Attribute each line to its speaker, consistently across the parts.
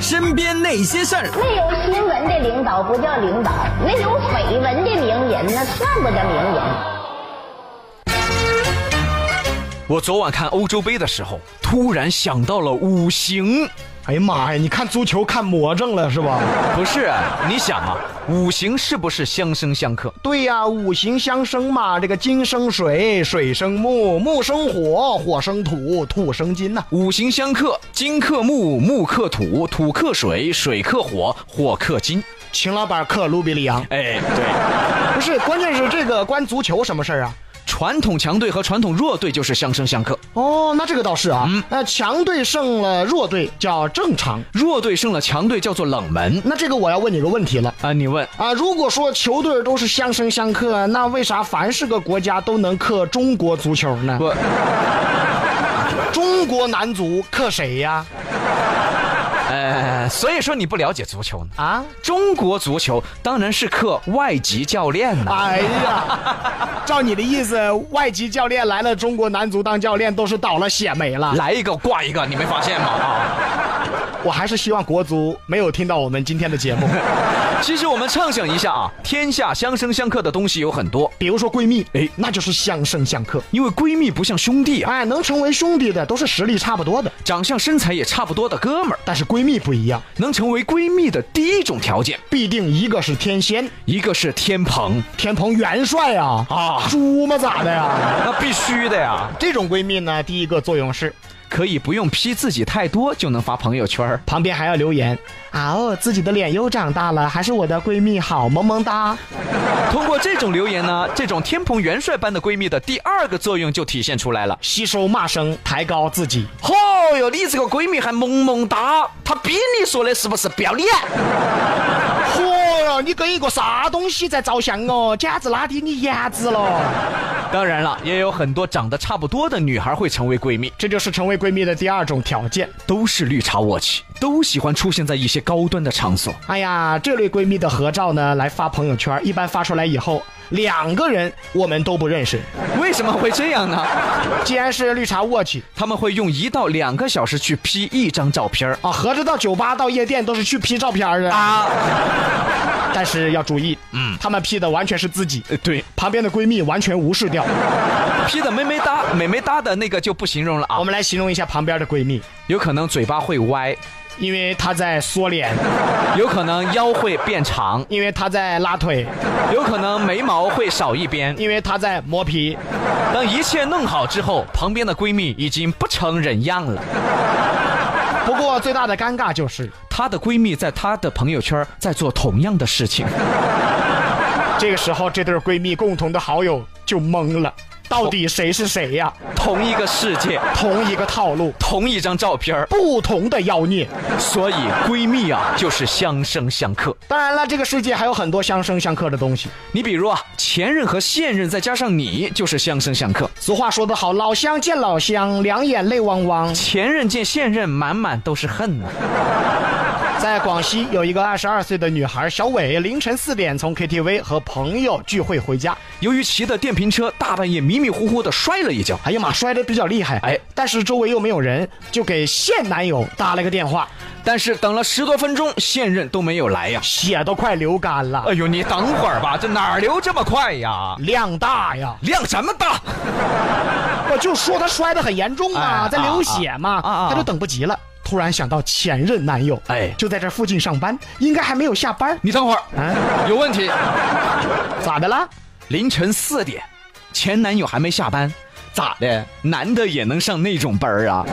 Speaker 1: 身边那些事儿。
Speaker 2: 没有新闻的领导不叫领导，没有绯闻的名人那算不得名人。
Speaker 1: 我昨晚看欧洲杯的时候，突然想到了五行。
Speaker 3: 哎呀妈呀！你看足球看魔怔了是吧？
Speaker 1: 不是，你想啊，五行是不是相生相克？
Speaker 3: 对呀、五行相生嘛，这个金生水，水生木，木生火，火生土，土生金呐、
Speaker 1: 五行相克，金克木，木克土，土克水，水克火，火克金。
Speaker 3: 秦老板克卢比里昂，
Speaker 1: 哎，对，
Speaker 3: 不是，关键是这个关足球什么事儿啊？
Speaker 1: 传统强队和传统弱队就是相生相克，
Speaker 3: 哦，那这个倒是啊，
Speaker 1: 嗯
Speaker 3: 呃，强队胜了弱队叫正常。
Speaker 1: 弱队胜了强队叫做冷门。
Speaker 3: 那这个我要问你个问题了。
Speaker 1: 啊，你问
Speaker 3: 啊，如果说球队都是相生相克，那为啥凡是个国家都能克中国足球呢？
Speaker 1: 我
Speaker 3: 中国男足克谁呀？
Speaker 1: 呃，所以说你不了解足球呢。
Speaker 3: 啊，
Speaker 1: 中国足球当然是克外籍教练呐、
Speaker 3: 哎呀，照你的意思，外籍教练来了中国男足当教练都是倒了血霉了。
Speaker 1: 来一个挂一个，你没发现吗？啊，
Speaker 3: 我还是希望国足没有听到我们今天的节 目，
Speaker 1: 其实我们畅想一下啊，天下相生相克的东西有很多，
Speaker 3: 比如说闺蜜，
Speaker 1: 哎
Speaker 3: 哎，那就是相生相克。
Speaker 1: 因为闺蜜不像兄弟啊，
Speaker 3: 哎，能成为兄弟的都是实力差不多的，
Speaker 1: 长相身材也差不多的哥们儿，
Speaker 3: 但是闺蜜不一样，
Speaker 1: 能成为闺蜜的第一种条件，
Speaker 3: 必定一个是天仙，
Speaker 1: 一个是天蓬，
Speaker 3: 天蓬元帅啊，
Speaker 1: 啊
Speaker 3: 猪吗咋的呀？
Speaker 1: 那必须的呀，
Speaker 3: 这种闺蜜呢，第一个作用是
Speaker 1: 可以不用 P 自己太多就能发朋友圈儿。
Speaker 3: 旁边还要留言啊哦，自己的脸又长大了，还是我的闺蜜好，萌萌哒。
Speaker 1: 通过这种留言呢，这种天蓬元帅般的闺蜜的第二个作用就体现出来了。 哦
Speaker 3: 吸收骂声，抬高自己。
Speaker 1: 嚯哟，你这个闺蜜还萌萌哒，她比你说的是不是不要脸？
Speaker 3: 嚯哟，你跟一个啥东西在照相哦？简直拉低你颜值了！
Speaker 1: 当然了，也有很多长得差不多的女孩会成为闺蜜，
Speaker 3: 这就是成为闺蜜的第二种条件。
Speaker 1: 都是绿茶卧起，都喜欢出现在一些高端的场所。
Speaker 3: 哎呀，这类闺蜜的合照呢，来发朋友圈，一般发出来以后，两个人我们都不认识。
Speaker 1: 为什么会这样呢？
Speaker 3: 既然是绿茶卧起
Speaker 1: 他们会用一到两个小时去 P 一张照片儿
Speaker 3: 啊，合着到酒吧、到夜店都是去 P 照片的。
Speaker 1: 啊，
Speaker 3: 但是要注意，嗯，他们 P 的完全是自己，
Speaker 1: 呃对
Speaker 3: 旁边的闺蜜完全无视掉。
Speaker 1: ，P 的美美哒，美美哒的那个就不形容了啊
Speaker 3: 我，们来形容一下旁边的闺蜜，
Speaker 1: 有可能嘴巴会歪，
Speaker 3: 因为她在缩脸，
Speaker 1: 有可能腰会变长，
Speaker 3: 因为她在拉腿，
Speaker 1: 有可能眉毛会少一边。
Speaker 3: 因为她在磨皮。
Speaker 1: 当一切弄好之后，旁边的闺蜜已经不成人样了。
Speaker 3: 不过最大的尴尬就是，
Speaker 1: 她的闺蜜在她的朋友圈在做同样的事情，
Speaker 3: 这个时候这对闺蜜共同的好友就懵了，到底谁是谁呀、
Speaker 1: 同一个世界，
Speaker 3: 同一个套路，
Speaker 1: 同一张照片儿
Speaker 3: 不同的妖孽。
Speaker 1: 所以闺蜜啊就是相生相克。
Speaker 3: 当然了，这个世界还有很多相生相克的东西。
Speaker 1: 你比如啊，前任和现任再加上你就是相生相克。
Speaker 3: 俗话说得好，老乡见老乡，两眼泪汪汪。
Speaker 1: 前任见现任，满满都是恨呐、
Speaker 3: 在广西有一个二十二岁的女孩小伟，凌晨四点从 KTV 和朋友聚会回家，
Speaker 1: 由于骑的电瓶车，大半夜迷迷糊糊的摔了一跤。
Speaker 3: 哎呀妈，摔得比较厉害，
Speaker 1: 哎
Speaker 3: 哎，但是周围又没有人，就给现男友打了个电话，
Speaker 1: 但是等了十多分钟，现任都没有来呀。
Speaker 3: 血都快流干了，
Speaker 1: 哎呦，你等会儿吧，这哪儿流这么快呀？
Speaker 3: 量大呀！
Speaker 1: 量什么大？
Speaker 3: 我就说他摔得很严重
Speaker 1: 哎
Speaker 3: 啊，在流血嘛，
Speaker 1: 啊啊啊啊
Speaker 3: 他就等不及了，突然想到前任男友，
Speaker 1: 哎
Speaker 3: 哎，就在这附近上班，应该还没有下班，
Speaker 1: 你等会儿
Speaker 3: 啊，
Speaker 1: 哎有问题。
Speaker 3: 咋的啦？
Speaker 1: 凌晨四点，前男友还没下班，咋的？男的也能上那种班儿啊？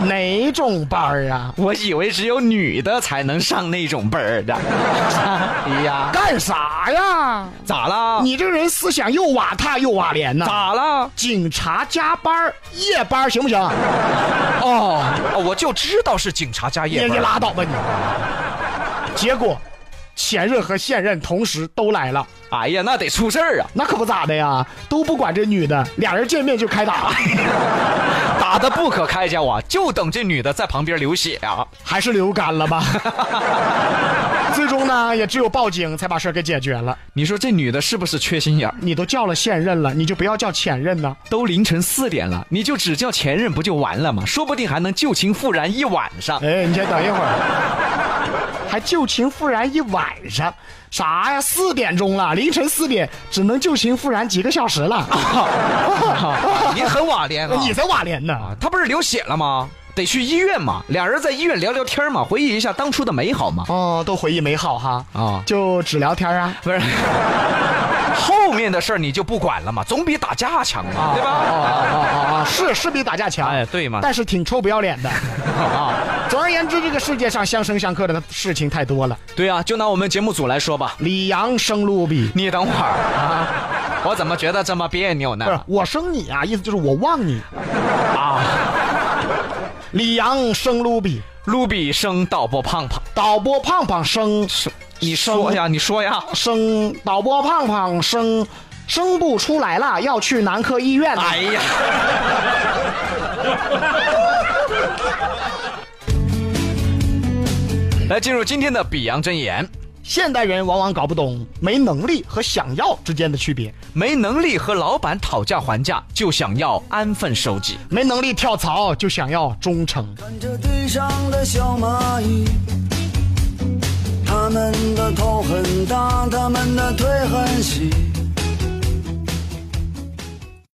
Speaker 3: 哪种班儿啊？
Speaker 1: 我以为只有女的才能上那种班儿的。 哎呀，
Speaker 3: 干啥呀？
Speaker 1: 咋啦？
Speaker 3: 你这个人思想又瓦碴又瓦脸呐！
Speaker 1: 咋啦？
Speaker 3: 警察加班儿夜班儿行不行？
Speaker 1: 哦，哦我就知道是警察加
Speaker 3: 你
Speaker 1: 夜
Speaker 3: 你
Speaker 1: 班儿。
Speaker 3: 拉倒吧你！结果，前任和现任同时都来了，
Speaker 1: 哎呀，那得出事儿啊！
Speaker 3: 那可不咋的呀，都不管这女的，俩人见面就开打，
Speaker 1: 打得不可开交啊，就等这女的在旁边流血啊！
Speaker 3: 还是流干了吧？ 最终呢，也只有报警才把事儿给解决了。
Speaker 1: 你说这女的是不是缺心眼儿？
Speaker 3: 你都叫了现任了，你就不要叫前任呢。
Speaker 1: 都凌晨四点了，你就只叫前任不就完了吗？说不定还能旧情复燃一晚 上。
Speaker 3: 哎，你先等一会儿，还旧情复燃一晚上，啥呀？四点钟了，凌晨四点，只能旧情复燃几个小时了。
Speaker 1: 你很瓦脸啊！
Speaker 3: 你才瓦脸呢！
Speaker 1: 他不是流血了吗？得去医院嘛，俩人在医院聊聊天嘛，回忆一下当初的美好嘛。
Speaker 3: 哦，都回忆美好哈。
Speaker 1: 啊
Speaker 3: 就只聊天啊。
Speaker 1: 不是，后面的事儿你就不管了嘛，总比打架强嘛，对吧？
Speaker 3: 哦哦哦哦，是是比打架强，
Speaker 1: 哎对嘛
Speaker 3: 但是挺臭不要脸的啊。总而言之，这个世界上相生相克的事情太多了。
Speaker 1: 对啊，就拿我们节目组来说吧，
Speaker 3: 李阳生陆比，
Speaker 1: 你等会儿 啊，我怎么觉得这么别扭呢
Speaker 3: 不？是我生你啊，意思就是我忘你啊。李阳生卢比，
Speaker 1: 卢比生导播胖胖，
Speaker 3: 导播胖胖生
Speaker 1: 你说呀，你说 呀。
Speaker 3: 生，导播胖胖生生不出来了，要去男科医院了。
Speaker 1: 哎呀， 来进入今天的比洋真言。
Speaker 3: 现代人往往搞不懂没能力和想要之间的区别，
Speaker 1: 没能力和老板讨价还价，就想要安分守己。
Speaker 3: 没能力跳槽就想要忠诚，
Speaker 4: 看着地上的小蚂蚁，它们的头很大，它们的腿很细。